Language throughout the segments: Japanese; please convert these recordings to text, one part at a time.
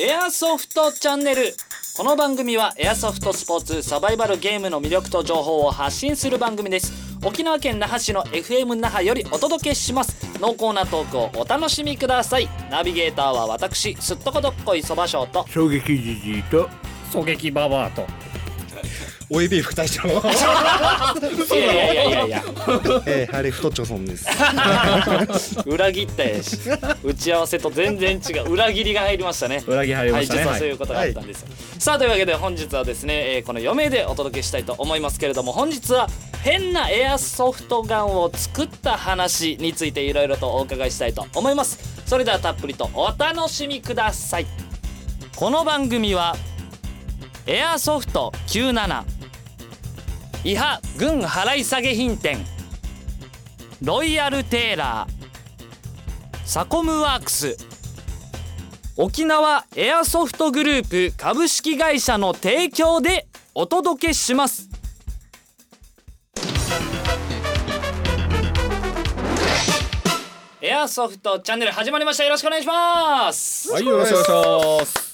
エアソフトチャンネルこの番組はエアソフトスポーツサバイバルゲームの魅力と情報を発信する番組です沖縄県那覇市の FM 那覇よりお届けします濃厚なトークをお楽しみくださいナビゲーターは私すっとこどっこいそばしょうと衝撃じじいと狙撃ババアと OAB 副隊長、いやいやいやいやいやえー、ハリフトチョソンです。裏切ったやし打ち合わせと全然違う裏切りが入りましたね裏切られはまい、した実ね、はそういうことがあったんです、さあというわけで本日はですね、えーこの4名でお届けしたいと思いますけれども本日は変なエアソフトガンを作った話についていろいろとお伺いしたいと思いますそれではたっぷりとお楽しみくださいこの番組はエアソフト97伊波軍払い下げ品店ロイヤルテーラーサコムワークス沖縄エアソフトグループ株式会社の提供でお届けしますエアソフトチャンネル始まりましたよろしくお願いしますはいよろしくお願いします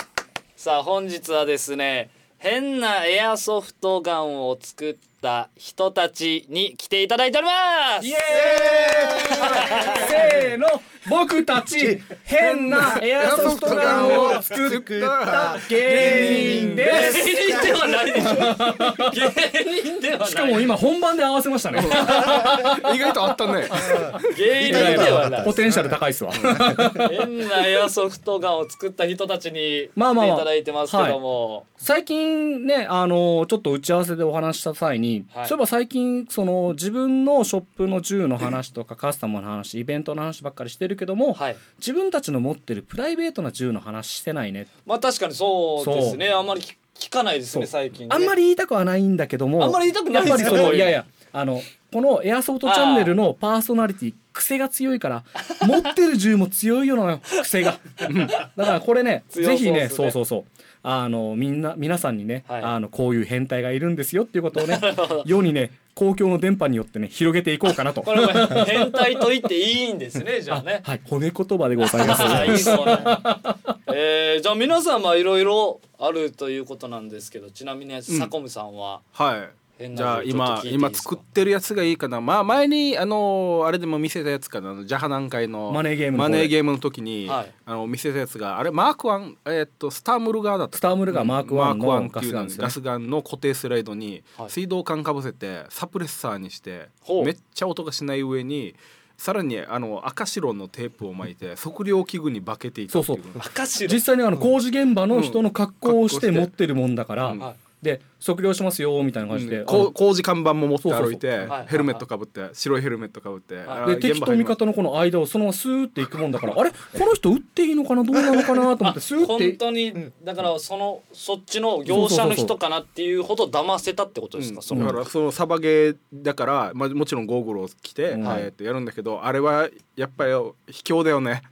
さあ本日はですね変なエアソフトガンを作った人たちに来ていただいておりますイエーイ せーの僕たち変なエアソフトガンを作った芸人で芸人ではないでしょ芸人ではないすしかも今本番で合わせましたね意外とあったね芸人ではないポテンシャル高いっすわ変なエアソフトガンを作った人たちにまあまあ来まてあいただいてますけども、最近ね、あのちょっと打ち合わせでお話しした際に、はいそういえば最近、その、自分のショップの銃の話とか、カスタムの話、イベントの話ばっかりしてるけども、はい自分たちの持ってるプライベートな銃の話してないね。まあ確かにそうですねあんまり聞聞かないですねそう最近ねあんまり言いたくはないんだけども、あんまり言いたくないやでっすぱよこりそういの、ういやいや、あの、このエアソフトチャンネルのパーソナリティ、癖が強いから、 持ってる銃も強いよな、癖が。うんだからこれね、強そうっぜすひねね、そうそうそう。あのみんな皆さんにね、はいあのこういう変態がいるんですよっていうことを ね世にね公共の電波によってね広げていこうかな とこれも変態と言っていいんですねじゃあねはい骨言葉でござ いますいいそうねえーじゃあ皆さんまあいろいろあるということなんですけどちなみにねサコムさんは、は変いなじゃあちょっと今聞いていい今ですか作ってるやつがいいかなまあ前にあのあれでも見せたやつかなあのジャハ南海のマネーゲームのマ方でネーゲームの時に、はいあの見せたやつがあれマークワンえーっとスタームルガーだったスタームルガーマークワンのマークワンっていうのガスガンですねガスガンの固定スライドにはい水道管かぶせてサプレッサーにして、ほうめっちゃ音がしない上にさらにあの赤白のテープを巻いて測量器具に化けていたっていそうそ赤白 実際にあの工事現場の人の格好をしうてん持ってるもんだから、うんはいで測量しますよみたいな感じうで、んあのこう工事看板も持って歩いそうそうてそうはいヘルメットかぶって白いヘルメットかぶってはいあで現敵場と入り味ます方のこの間をそのままスーっていくもんだからあれこの人撃っていいのかなどうなのかな と思ってスーっ本て当にだからそのそっちの業者の人かなっていうほど騙せたってことですかそうんだのからそのサバゲーだから、まあ、もちろんゴーグルを着て、うんえーっとやるんだけどあれはやっぱり卑怯だよね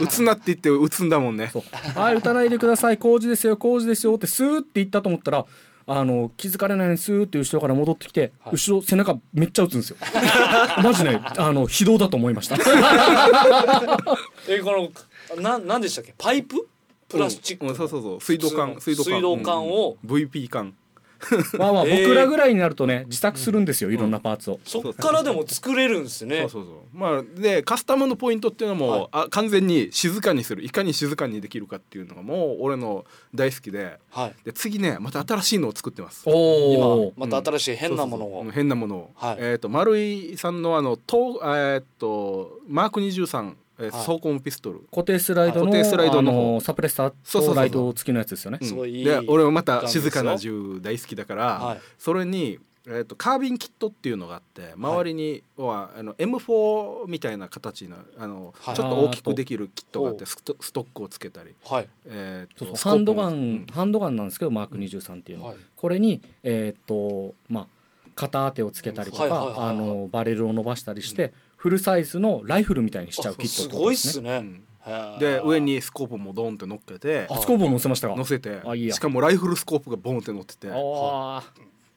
打つなって言って打つんだもんねそうはい撃たないでください工事ですよ工事ですよってスーって言ったと思ったらあの気づかれないようにスーって後ろから戻ってきて、はい後ろ背中めっちゃ撃つん ですよマジねあの非道だと思いましたえこのななんでしたっけパイププラスチックうの、んうんそうそうそう水道管普水道通管の水道管を、うん VP 管まあまあえー僕らぐらいになるとね自作するんですよ、いろんなパーツを、そっからでも作れるんですねそうそうそうまあでカスタムのポイントっていうのも、はいあ完全に静かにするいかに静かにできるかっていうのがもう俺の大好きではいで次ねまた新しいのを作ってますおお今また新しい変なものそうそうをそう変なものを、はいえっ、と丸井さんのあのとえっ、とマーク23、えーはい装甲ピストル、固定スライドの固定スライドのあ方のサプレッサそうそうそうーとライト付きのやつですよねうんすごいいいで俺はまガンでたすよ静かな銃大好きだから、はいそれに、えー、とカービンキットっていうのがあって周りには、あの M4 みたいな形のあの、はいちょっと大きくできるキットがあっほてストストックをつけたり、はいえー、そうそとうスコハーンプドもガン、ハンドガンなんですけどマーク23っていうのは、はいこれにえーっとまあ片手をつけたりとか、はいはいはいはいあのバレルを伸ばしたりして、フルサイズのライフルみたいにしちゃあうキットすってことごいでっすすね。ね、うんへーで上にスコープもドンって乗っけてあスコープを載せましたか。乗せてあいいやしかもライフルスコープがボンって乗っててああ、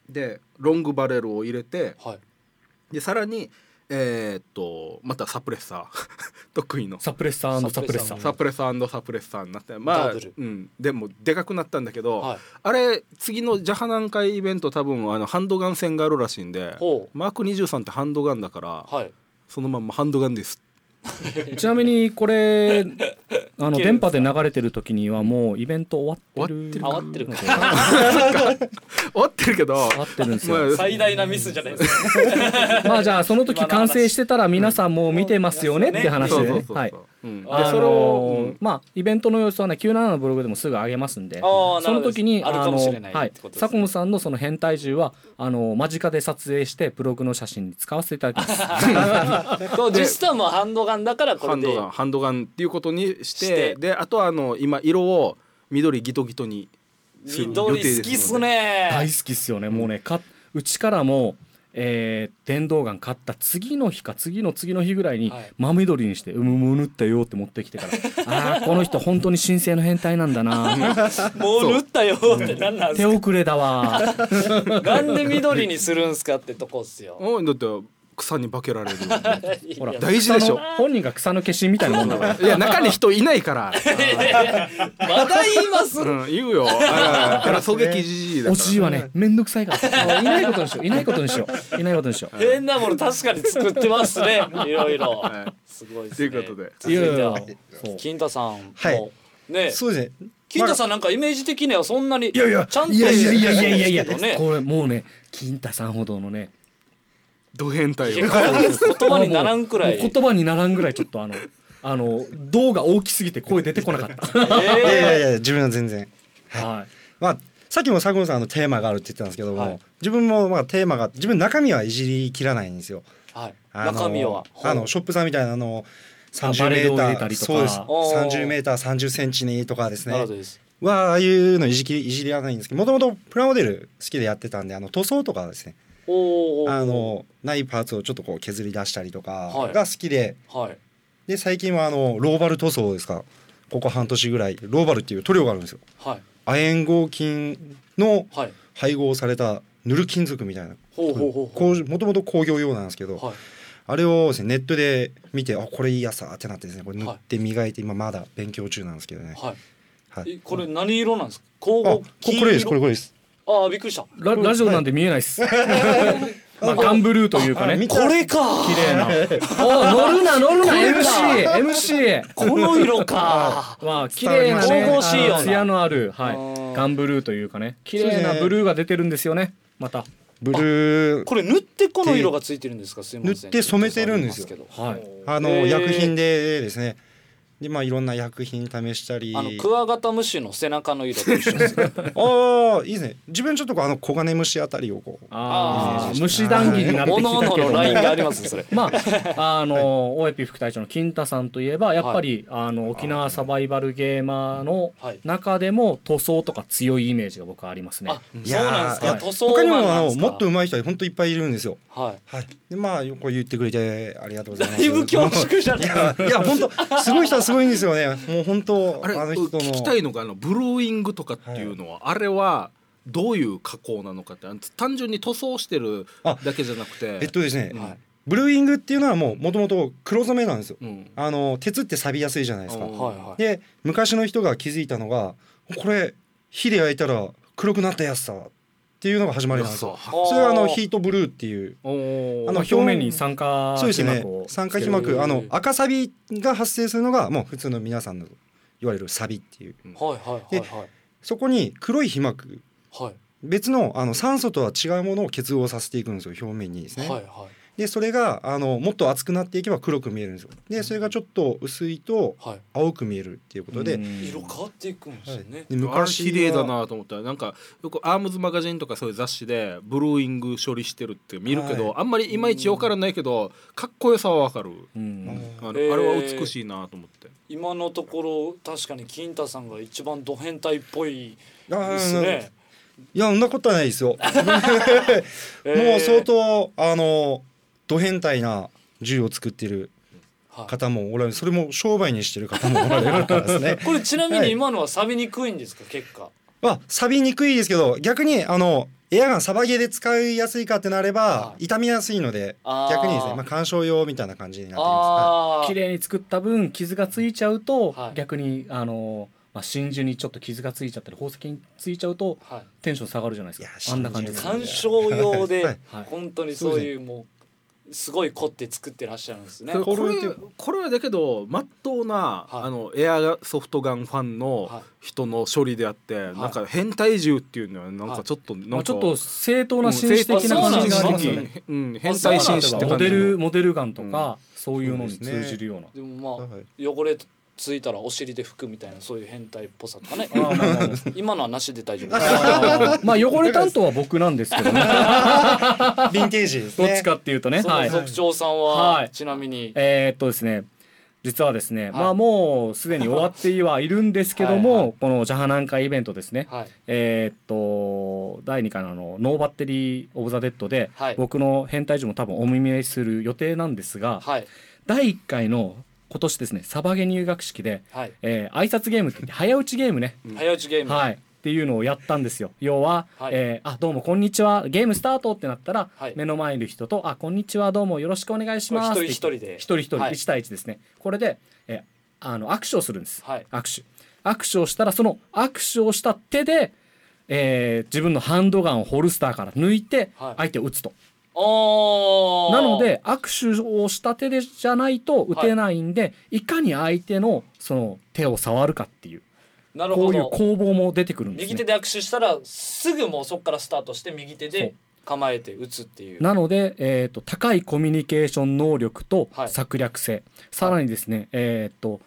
でロングバレルを入れてはいでさらに、えーっとまたサプレッサー 得意のサプレッサーサプレッサーサプレッサーサプレッサーになってまダあブル、うん、でもでかくなったんだけど、はいあれ次のジャハナン会イベント多分あのハンドガン戦があるらしいんでほうマーク23ってハンドガンだから、はいそのまんまハンドガンです ちなみにこれあの切れるんです電か波で流れてる時にはもうイベント終わってる終わってるかので終 終わってるけどわってるんですまあよ最大なミスじゃないですかまあじゃあその時完成してたら皆さんもう見てますよねって話そうでそうねそうそう、はいうん、であのーそれを、うんまあイベントの様子はね97のブログでもすぐ上げますんであーその時になるほどあるかもしれないあのはいってことですね佐久間さんのその変態銃はあの間近で撮影してブログの写真に使わせていただきますそう実はもうハンドガンだからこハれンでドガンハンドガンっていうことにしてしてであとはあの今色を緑ギトギトにする予定緑です好きっすのでね大好きっすよねもうねかうちからもえー電動ガン買った次の日か次の次の日ぐらいにはい真緑にして「うむむぬったよ」って持ってき てから「ああーこの人本当に神聖の変態なんだなもう縫ったよってなんなんす手か遅れだわ」 なんで緑にするんすかってとこっすようんだって草に化けられるほら大事でしょ草の本人が草の化身みたいなもんだからいや中に人いないから、まだ言いますうん、言うよあら狙撃じじいだからおじいはねめんどくさいからいないことにしよういないことにしよういないことにしよう変なもの確かに作ってますねいろいろはいすごいでとすいうねこと で続いてはそう金太さんはいもねそうですね。金太さんなんかイメージ的にはそんなにいやいやちゃんといやいやいやいやいやいやしてるんですけどねこれもうね金太さんほどのねド変態言を葉にならんくらいもう言葉にならんぐらいちょっとあのあの動が大きすぎて声出てこなかっいやいえやいや自分は全然。たはいまあさっきも佐久間さんあのテーマがあるって言ってたんですけども、はい自分もまあテーマが自分中身はいじりきらないんですよ。ーはいあの中身はあのショップさんみたいなあの三あ十バメレーーをタ入れたーりとかそうですおー三十メーター三十センチにとかですなるねほどですはああいうのいじきいじりはないんですけどもともとプラモデル好きでやってたんであの塗装とかですねおーあのないパーツをちょっとこう削り出したりとかはいが好きで、はいで最近はあのローバル塗装ですかここ半年ぐらいローバルっていう塗料があるんですよはい亜鉛合金のはい配合されたぬる金属みたいなほうほうほうほこうもともと工業用なんですけど、うはいあれをですねネットで見てあこれいいやさってなってですねこれ塗はいって磨いて今まだ勉強中なんですけどね、はいはい、えこれ何色なんですか黄あ金ここれですこれこれですああびっくりしたララジオなんで見えない っすまあガンブルーというかあね見綺たこれか麗なお乗るな乗るな MC MC この色 かまあ綺麗なね神々しいようなあの艶のあるはあーいガンブルーというかね綺麗なブルーが出てるんですよねまたブルーこれ塗ってこの色がついてるんですかすいません塗って染めてるんですよちょっと触はりまいすけどあのへー薬品でですねでまあいろんな薬品試したりあのクワガタムシの背中の色と一緒です ねああいいですね自分ちょっとこうあの黄金虫あたりをこうあああー虫談義になっておきのおたのけどのラインがありますねそれ まああの OAP 副隊長の金太さんといえばやっぱり、あの沖縄サバイバルゲーマーのはい中でも塗装とか強いイメージが僕はありますねあ。そうなんですいかやー塗装他にマンもあなんでのすかもっと上手い人は本当いっぱいいるんですよ。はいはい。でまあこう言ってくれてありがとうございまだす。いぶ恐縮じゃない いやいや本当すごい人はすごいんですよね。もう本当あれの人の聞きたいのがあのブルーイングとかっていうのは、あれはどういう加工なのかってあの単純に塗装してるだけじゃなくてえっとですね、はいブルーイングっていうのはもう元々黒染めなんですよ。うん、あの鉄って錆びやすいじゃないですかう。んはいはいで昔の人が気づいたのがこれ火で焼いたら黒くなったやつさっていうのが始まりなんですよ。あーそれはあのヒートブルーっていうおああのの表面に酸化そうですね皮膜を。酸化皮つける膜、あの赤サビが発生するのがもう普通の皆さんのいわゆるサビっていう。はいはいはいはいそこに黒い皮膜、はい別のあの酸素とは違うものを結合させていくんですよ、表面にですね。はいはで、それがあのもっと熱くなっていけば黒く見えるんですよ。で、それがちょっと薄いといはい青く見えるっていうことで、うん色変わっていくんですよねであれ昔は綺麗だなと思ったなんかよくアームズマガジンとかそういう雑誌でブルーイング処理してるって見るけど、はいあんまりいまいちよくわからないけどかっこよさはわかるううんんあの、へーあれは美しいなと思って今のところ確かに金太さんが一番ド変態っぽいあーですねいや、そんなことはないですよ。も う相当あのド変態な銃を作ってるはい方もおられる、それも商売にしてる方もおられるからですね。これちなみはにい今のは錆びにくいんですか結果まあ、錆びにくいですけど逆にあのエアガンサバゲーで使いやすいかってなれば傷みやすいのであー逆にですねまあ鑑賞用みたいな感じになってまああ綺麗に作った分傷がついちゃうと、はい逆にあの、まあ、真珠にちょっと傷がついちゃったり宝石についちゃうとはいテンション下がるじゃないでいやすかあんな感じです真鑑珠ね賞用はでいはい本当にそういうもうすごい凝って作ってらっしゃるんですね。ここれれこれはだけどまっとうな、はいあのエアソフトガンファンのはい人の処理であって、いなんか変態銃っていうのはなんかちょっと、なんまかあ、ちょっと正当なうん紳士的な感じがありますよそうなんね。うん変態紳士ってモ感デじルのモデルガンとか、そういうのに通じるような。でもまあはい汚れついたらお尻で拭くみたいなそういう変態っぽさとかねまあまあまあま今のはなしで大 丈夫ですあまあ汚れ担当は僕なんですけどね。すヴィンテージです どねっちかっていうとね。そはのい。族長さんははいちなみにえーっとですね実はですはね、いまあもうすでに終わってはいるんですけどもはいはこのジャハナン会イベントですね、はいえーっと第2回のあの「ノーバッテリー・オブ・ザ・デッドで」はい僕の変態児も多分お見舞いする予定なんですが、はい第1回の今年ですねサバゲ入学式で、はいえー挨拶ゲームって言って早打ちゲームね、早打ちゲームはいっていうのをやったんですよ要は、はいえーあどうもこんにちはゲームスタートってなったら、はい目の前にいる人とあこんにちはどうもよろしくお願いしますこれ一人って言って一一人人で一人、はい一対一ですねこれで、えーあの握手をするんです、はい握手握手をしたらその握手をした手で、えー自分のハンドガンをホルスターから抜いてはい相手を撃つと、おーなので握手をした手でじゃないと撃てないんで、い、かに相手のその手を触るかっていうなるこほういうど攻防も出てくるんです、ね、右手で握手したらすぐもうそこからスタートして右手で構えて打つっていうなので、えー、と高いコミュニケーション能力とはい策略性、さらにですね、えーと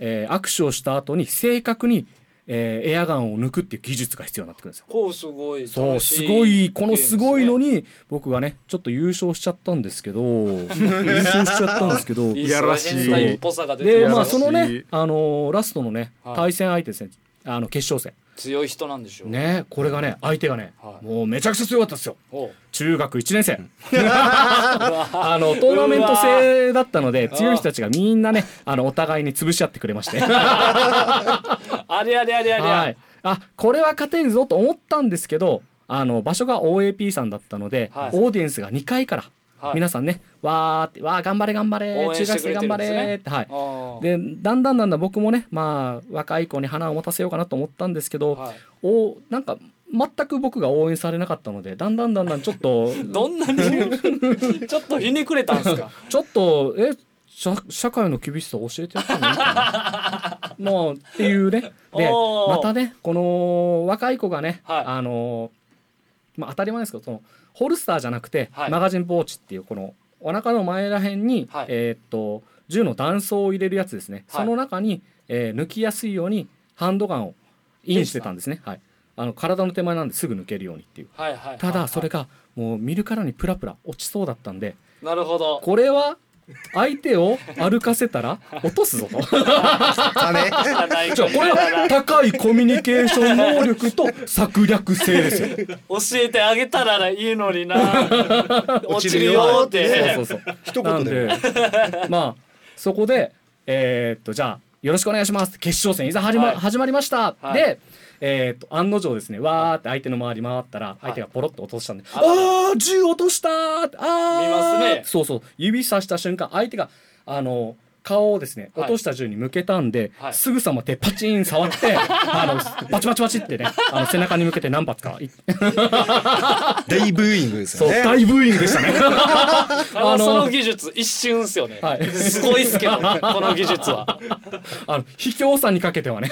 えー握手をした後に正確に、えーエアガンを抜くっていう技術が必要になってくるんですよ。こうすごいそう楽しすごいゲこームでのすねすごいのに僕がねちょっと優勝しちゃったんですけ ど優勝しちゃったんですけどいいいやらししいい変態っぽさが出てでますま優しいあそのね、あのーラストのねはい対戦相手ですねあの決勝強い人なんでしょう戦ねこれがね相手がね、はいもうめちゃくちゃ強かったですよ。おう 中学1年生 あのトーナメント制だったので強い人たちがみんなねあのお互いに潰し合ってくれ ましてはありゃりゃりゃりゃいあこれは勝てるぞと思ったんですけどあの場所が OAP さんだったので、はいオーディエンスが2階から、はい皆さんねわーってわー頑張れ頑張れ応援中して学くれてるん生頑で張すねれってはいあーでだんだんだんだん僕もねまあ若い子に花を持たせようかなと思ったんですけど、はいおなんか全く僕が応援されなかったのでだんだんだんだんちょっとどんなに ちょっとひねくれたん ですかちょっとえ社社会の厳しさ教えてやってもいいか なもうっていうねでおーまたねこの若い子がね、はいあのまあ当たり前ですけどそのホルスターじゃなくて、はいマガジンポーチっていうこのお腹の前らへんに、はいえーっと銃の弾倉を入れるやつですね、はいその中に、えー抜きやすいようにハンドガンをインしてたんですね、はい、あの体の手前なんですぐ抜けるようにっていうはいはいはいはいただそれがもう見るからにプラプラ落ちそうだったんでなるほどこれは相手を歩かせたら落とすぞと。だねじゃあこれは高いコミュニケーション能力と策略性ですよ。教えてあげたらいいのに な落ちるよーっそうそてうそう。一な言んでで まあそこでえーっとじゃあよろしくお願いします決勝戦いざ始ま,、はい始まりました、はいで、えーっと案の定ですねわーって相手の周り回ったら相手がポロッと落としたんで、あー銃落としたーあー見ますねそうそう指さした瞬間相手があの顔をですねはい落とした銃に向けたんで、はいすぐさま手パチン触って あのバチバチバチってねあの背中に向けて何発かい大ブーイングですそうよね大ブーイングでしたね。あのあのその技術一瞬っすよね、はいすごいっすけど ねこの技術はあの卑怯さにかけてはね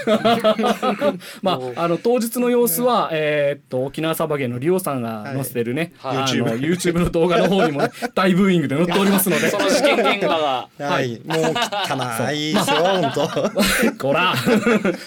まああの当日の様子は、えーっと沖縄サバゲーのリオさんが載せてるね、はいあの YouTube YouTube の動画の方に もね大ブーイングで載っておりますのでその試験現場がはいもう汚いですよ本 こら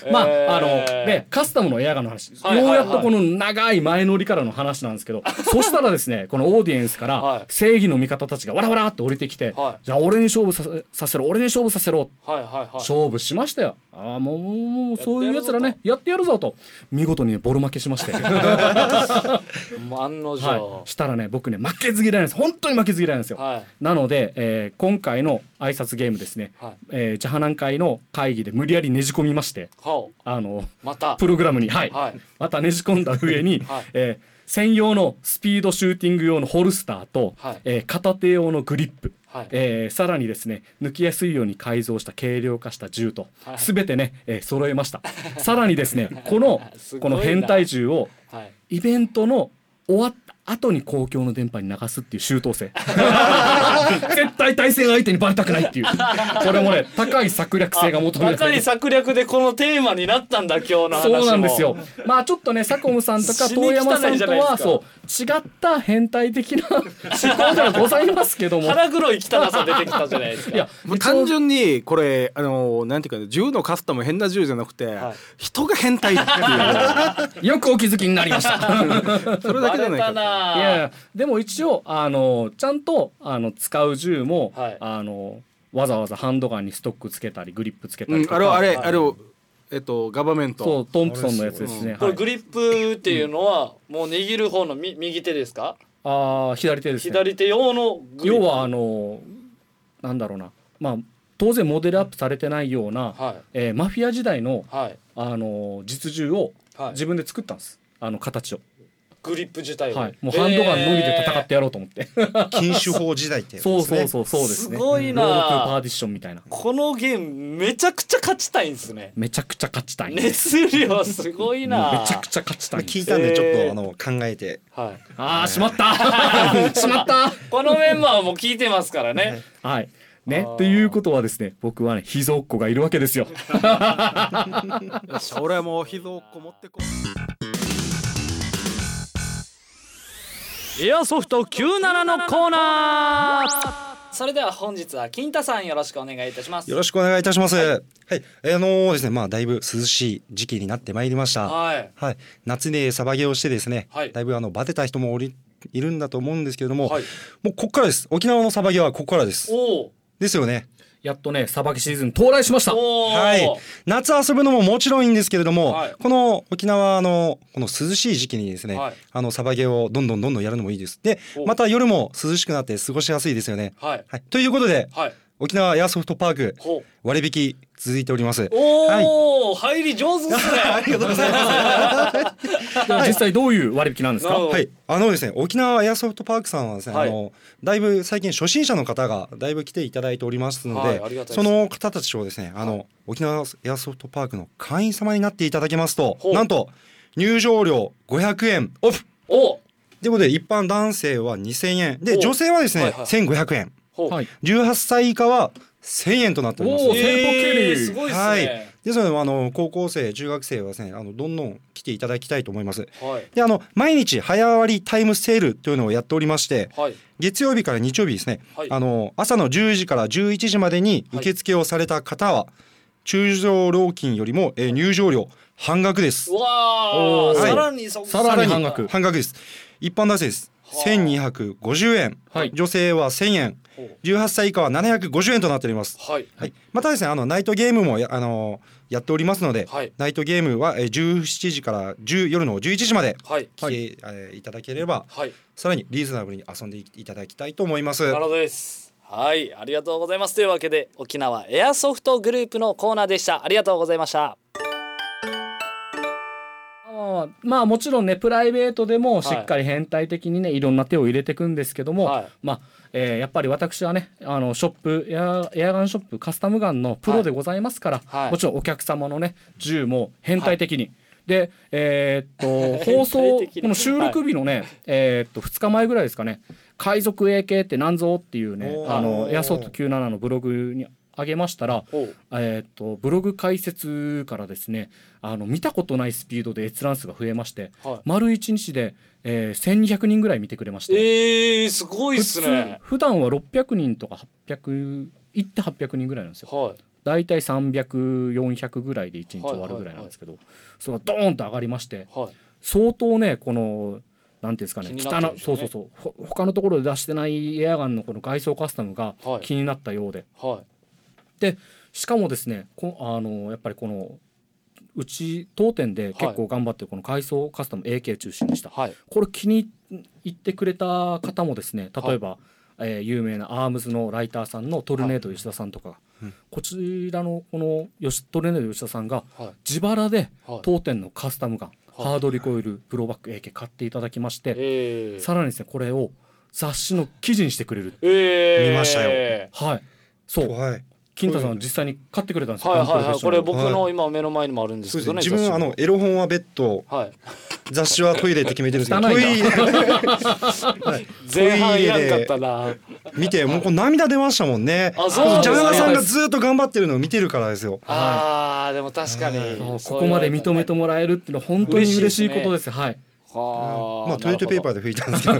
まあ、えーあのねカスタムのエアガンの話、はいはいはいようやっとこの長い前乗りからの話なんですけどそしたらですねこのオーディエンスかはいら正義の味方たちがわらわらって降りてきて、はいじゃあ俺に勝負させさせろ俺に勝負させろはいはいはい勝負しましたよ。ああ、もう、もうもう、そういやうっやてやるぞとつらね、やってやるぞと。見事にねボロ負けし まして。はもう案の定い。したらね、僕ね、負けず嫌いなんです。本当に負けず嫌いなんですよ。はいなので、えー今回の挨拶ゲームですね、はいえー、ジャハナン会の会議で無理やりねじ込みまして、はおあの、またプログラムに、はい。はいまたねじ込んだ上に、 はいえー専用のスピードシューティング用のホルスターと、はいえー片手用のグリップ、はいえーさらにですね抜きやすいように改造した軽量化した銃と、はいすべてね、えー揃えました さらにですねこの すごこいなの変態銃をはいイベントの終わった後に公共の電波に流すっていう周 到性絶対対戦相手にバレたくないっていうこれもね高い策略性が求められて若るい策略でこのテーマになったんだ今日の話もそうなんですよ。まあちょっとね、サコムさんとか死に汚遠いじゃ山なさいんですかとは、そう、違った変態的な思考ではございますけど も。腹黒い汚さ出てきたじゃないですかいや、もう単純にこれあのなんていうか銃のカスタム変な銃じゃなくて、はい人が変態っていよくお気づきになり ました。うそれだけじゃないバレたかとないやいやでも一応あのちゃんとあの使う銃も、はいあのわざわざハンドガンにストックつけたりグリップつけたうりんと、か、あれはあれ、はいあれをえっとガバメントそうトンプソンのやつですね、こはれいグリップっていうのはもう握る方のみ右手ですかああ左手ですね左手用のグリップ要はあのなんだろうなまあ当然モデルアップされてないような、はえーマフィア時代のいはいあの実銃をはい自分で作ったんです、あの形を、グリップ自体をはい、もうハンドガンのみで戦ってやろうと思って、 禁酒法時代ってやつそうですそうねそうそうですねすごいなロードトゥパーティションみたいなこのゲームめちゃくちゃ勝ちたいんですねめちゃくちゃ勝ちたい、熱量すごいもうなめちゃくちゃ勝ちたまあいんです聞いたんでちょっえーとあの考えてはいああしまった しまったこのメンバーも聞いてますから ねはい。あねー、っていうことはですね僕はね秘蔵っ子がいるわけですよ。よっしゃ俺はもう膝をこもってこうエアソフト97のコーナーそれでは本日は金太さんよろしくお願いいたしますよろしくお願いいたします。はい、えーあのーですね、まあだいぶ涼しい時期になってまいりました。ははいい、夏でサバゲーをしてですね、はいだいぶあのバテた人もおりいるんだと思うんですけれども、はいもうここからです。沖縄のサバゲーはここからです。おーですよね。やっとねさばきシーズン到来しました。おーはい、夏遊ぶのももちろんいいんですけれども、はいこの沖縄のこの涼しい時期にですね、はいあのサバゲーをどんどんどんどんやるのもいいです。でお、また夜も涼しくなって過ごしやすいですよね。はいはい、ということで、はい沖縄エアソフトパークほう割引続いております。 おお、入り上手ですね。ありがとうございます。では実際どういう割引なんですなかるほどはい、あのですね、沖縄エアソフトパークさんはですね、はいあのだいぶ最近初心者の方がだいぶ来ていただいておりますので、はいありがたいですその方たちをですね、あの、沖縄エアソフトパークの会員様になっていただけますとほう、なんと入場料500円オフお、ということで一般男性は2000円おで女性はですね、はいはい1500円ほう、はい。 18歳以下は1000円となっておりますおえーー、先方経理すごいですはいね。ですのであの高校生中学生はですねあのどんどん来ていただきたいと思いますはい、であの毎日早割りタイムセールというのをやっておりまして、はい、月曜日から日曜日ですね、はいあの朝の10時から11時までにはい受付をされた方は、中場料金よりも、えー入場料半額ですうわおあ、ーさらにそ、さらに半額半額です一般男性ですはあ1250円、はい女性は1000円ほう18歳以下は750円となっております、はい、はい、またですねあのナイトゲームもや,、あのやっておりますので、はいナイトゲームは、えー17時から10夜の11時まではい、来て、えーいただければはい、さらにリーズナブルに遊んでいただきたいと思います。なるほどです。はい、ありがとうございます。というわけで、沖縄エアソフトグループのコーナーでした。ありがとうございました。あーまあもちろんねプライベートでもしっかり変態的にね、い、ろんな手を入れていくんですけども、はいまあ、えーやっぱり私はねあのショップエアエアガンショップカスタムガンのプロでございますから、はいはいもちろんお客様のね銃も変態的に。でえーっ と放送変態こ的にの収録日のね、えーっと2日前ぐらいですかね「海賊 AK ってなんぞ?」っていうねおーあのエアソフト97のブログに上げましたら、ほう、えー、とブログ解説からですねあの見たことないスピードで閲覧数が増えまして、はい丸1日で、えー、1200人ぐらい見てくれまして、えー、すごいっ普す通ね。普段は600人とか800いって800人ぐらいなんですよは大体300400ぐらいで1日終わるぐらいなんですけど、それがドーンと上がりましてい、はい、相当ねこのなんていうんですかね気になっ汚てるんでしょそううねそうそうほ他のところで出してないエアガンのこの外装カスタムがはい気になったようで、はでしかもですねこあのやっぱりこのうち当店で結構頑張ってるこの改装カスタム AK 中心にした、い、はい、これ気に入ってくれた方もですね例えば、えー有名なアームズのライターさんのトルネード吉田さんとか、うんこちらのこの吉トルネード吉田さんがはい、自腹ではい当店のカスタムガン、ハードリコイルプロバック AK 買っていただきましてえー、さらにですねこれを雑誌の記事にしてくれるえー、見ましたよはいそうはい。金太さん実際に買ってくれたんですよはいガンはプいロはフェッいシこョナれル僕の今目の前にもあるんでそすうでけすどねね。自分あのエロ本はベッド、はい雑誌はトイレって決めてるん ですけど、汚トいイレ前半いらんかったな見てもうこう涙出ましたもんね。あそうなんですジャねガーさんがずっと頑張ってるのを見てるからですよ。あーでも確かにそうここまで認めてもらえるっていうのは本当に嬉しいことですはいはあまあトイレットペーパーで拭いたんですけ ど、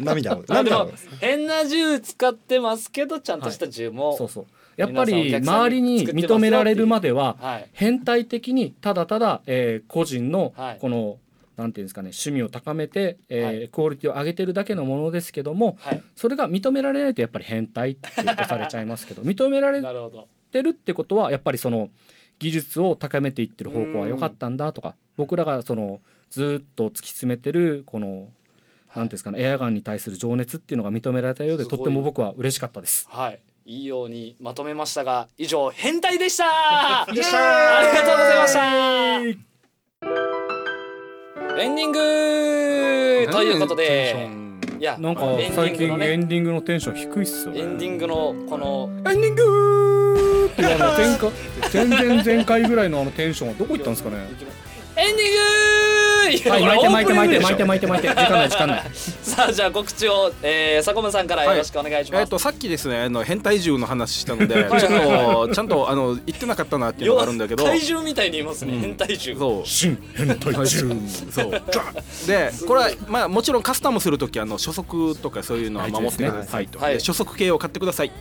涙を。なんで涙もを。変な銃使ってますけどちゃんとした銃も、そうそうやっ皆ぱさりんお客さん周りに認められるまでははい変態的にただただ、えー個人のはいこの、なんていうんですかね趣味を高めて、えーはいクオリティを上げてるだけのものですけどもはいそれが認められないとやっぱり変態って言ってされちゃいますけど認められなるほどてるってことはやっぱりその技術を高めていってる方向は良かったんだとか僕らがそのずっと突き詰めてるこの。なんていうんですかね、エアガンに対する情熱っていうのが認められたようですごといっても僕は嬉しかったです。はいいいようにまとめましたが以上変態でしたでしたありがとうございましたエンディングということでいやなんかエンディ最ング近のねエンディングのテンション低いっすよね。エンディングのこのエンディングーっていうあの前回全然前回ぐらいのあのテンションはどこ行ったんですかね。エンディングはいや巻いて巻いてこれ巻いてオープニングでしょ巻いて巻いて巻いて時間ない時間ない。さあじゃあ告知を、えー、佐久間さんからよろしくお願いしえまっす、とさっきですねあの変態獣の話した ので、はいちょっとちゃんとあの言ってなかったなっていうのがあるんだけど怪獣みたいに言いますね、うん変態獣そう新変態中。そうでこれはまあもちろんカスタムする時あの初速とかそういうのは守ってくださいと、はいで初速系を買ってくだ さい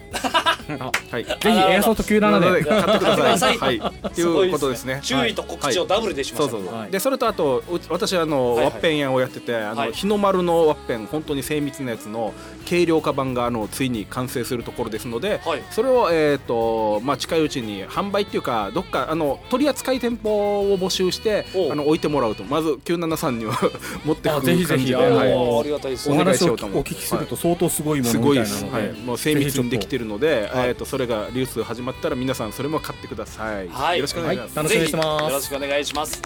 はいぜひエアソフト級7で。買ってください買っはていくださいっていうことですね注意と告知をダブルでしましそうた、そうそう、はいでそれとあとうち私あはいの、はいワッペン屋をやっててあの、はい日の丸のワッペン本当に精密なやつの軽量化版があのついに完成するところですので、はいそれを、えーとまあ、近いうちに販売っていうかどっかあの取り扱い店舗を募集しておうあの置いてもらうとまず973さんには 持ってくあぜひるぜ感ひじで。あのはいおーありがたいですおね願い話しよをおうと思う聞きすると相当すごいものすみごいたいでなす、のはい、で。もう精密にできてるので、はいえー、とそれが流通始まったら皆さんそれも買ってください、はいよろしくお願いします、はい楽しみにしてまぜすひよろしくお願いします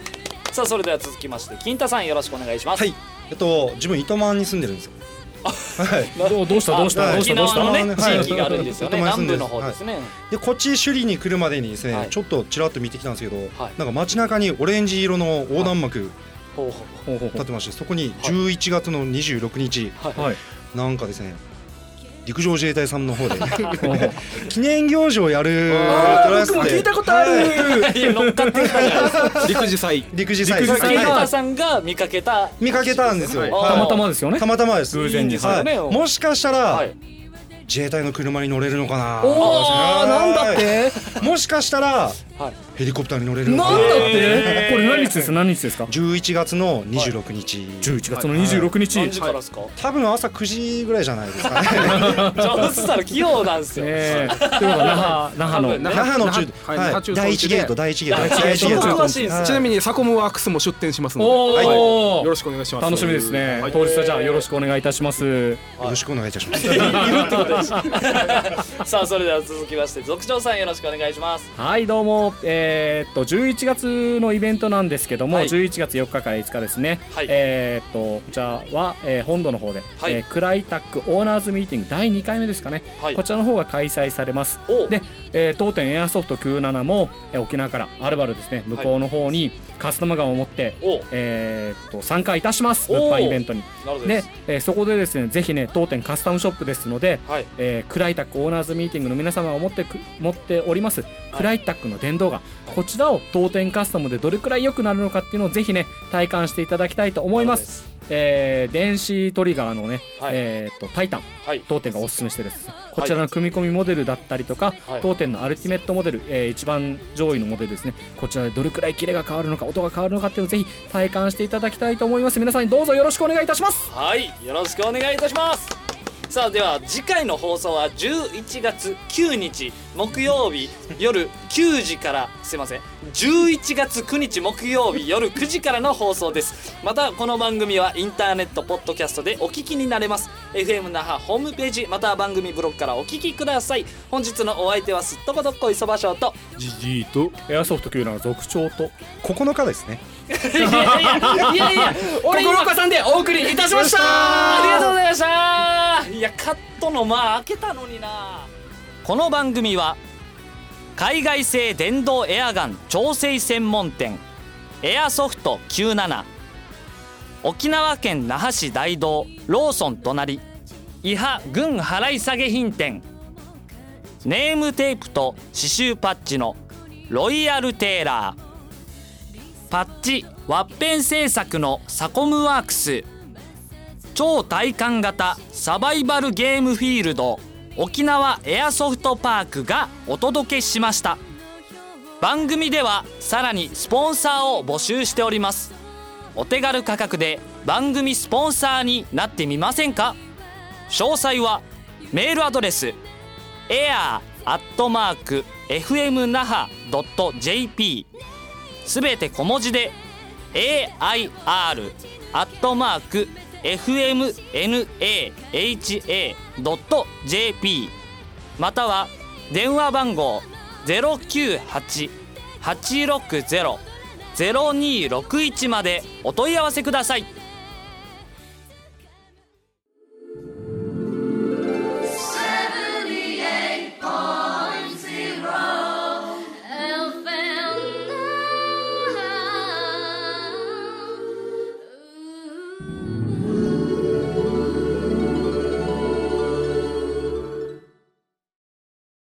さあそれでは続きまして金太さんよろしくお願いします、はい。えっと自分糸満に住んでるんですよ。はい。どうどうしたどうしたあどうしたどうし沖縄た。のね、はい地域があるんですよね。ちょっ南と前住んで部るの方ですね。でこっち首里に来るまでにですね、はいちょっとちらっと見てきたんですけど、はいなんか街中にオレンジ色の横断幕ほうほほうほうほ立ってましてそこに11月の26日、うはい。なんかですね陸上自衛隊さんの方で ほうほう記念行事をやるあートライアス僕も聞いたことある ういや乗っかってきたじゃないですか。陸自祭陸自祭陸自金祭はい太さんが見かけた。見かけたんですよ、はいたまはたまですよい、ねた。またまです偶然にはねい、もしかしたら、はい。自衛隊の車に乗れるのかなおおなんだっはていもしかしたらはい。ヘリコプターに乗れるなんのかだなってこれ何日です何日ですか。 11月の26日、 11月の26日。何時からですか。多分朝9時ぐらいじゃないですかね上手したら器用なんですよ。ええということで那覇那多覇の分ね那那覇の中はい那覇中第一ゲート第一ゲート第一ゲート詳しいですはねちなみにサコムワークスも出店しますので、おはいよーろしくお願いします。楽しみですね、はい当日はじゃあよろしくお願いいたしますよろしくお願いいたしますさあそれでは続きまして続長さんよろしくお願いします。はいどうもえーっと11月のイベントなんですけども、はい11月4日から5日ですね、はいえーっとこちらは、えー本土の方で、はいえークライタックオーナーズミーティング第2回目ですかね、はいこ。ちらの方が開催されますおで、えー当店エアソフト97も、えー沖縄からあるばるですね向こうの方にカスタマーガンを持って、おなえーっと参加いたしますおー物販イベントにるほどで。、ですえーそこでですねぜひね当店カスタムショップですので、はい。えー、クライタックオーナーズミーティングの皆様が持ってく持っておりますクライタックの電動がこちらを当店カスタムでどれくらい良くなるのかっていうのをぜひね体感していただきたいと思います、えー電子トリガーのね、はいえーとタイタンはい。当店がおすすめしてるんですこちらの組み込みモデルだったりとか、はい当店のアルティメットモデル、えー一番上位のモデルですねこちらでどれくらいキレが変わるのか音が変わるのかっていうのをぜひ体感していただきたいと思います皆さんにどうぞよろしくお願いいたしますはい、よろしくお願いいたします。さあでは次回の放送は11月9日木曜日夜9時からすいません11月9日木曜日夜9時からの放送ですまたこの番組はインターネットポッドキャストでお聞きになれます FM 那覇ホームページまたは番組ブログからお聞きください本日のお相手はすっとこどっこいそばしょうとじじいとエアソフト級なの続調と9日ですねいやいやいやいや俺今さんでお送りいたしましたありがとうございましたいやカットの間開けたのになこの番組は海外製電動エアガン調整専門店エアソフト97沖縄県那覇市大道ローソン隣伊波軍払い下げ品店ネームテープと刺繍パッチのロイヤルテーラーパッチワッペン製作のサコムワークス超体感型サバイバルゲームフィールド沖縄エアソフトパークがお届けしました番組ではさらにスポンサーを募集しておりますお手軽価格で番組スポンサーになってみませんか詳細はメールアドレス air.fmnaha.jp すべて小文字で air アットマーク fmnaha.jp または電話番号098-860-0261までお問い合わせくださいうん。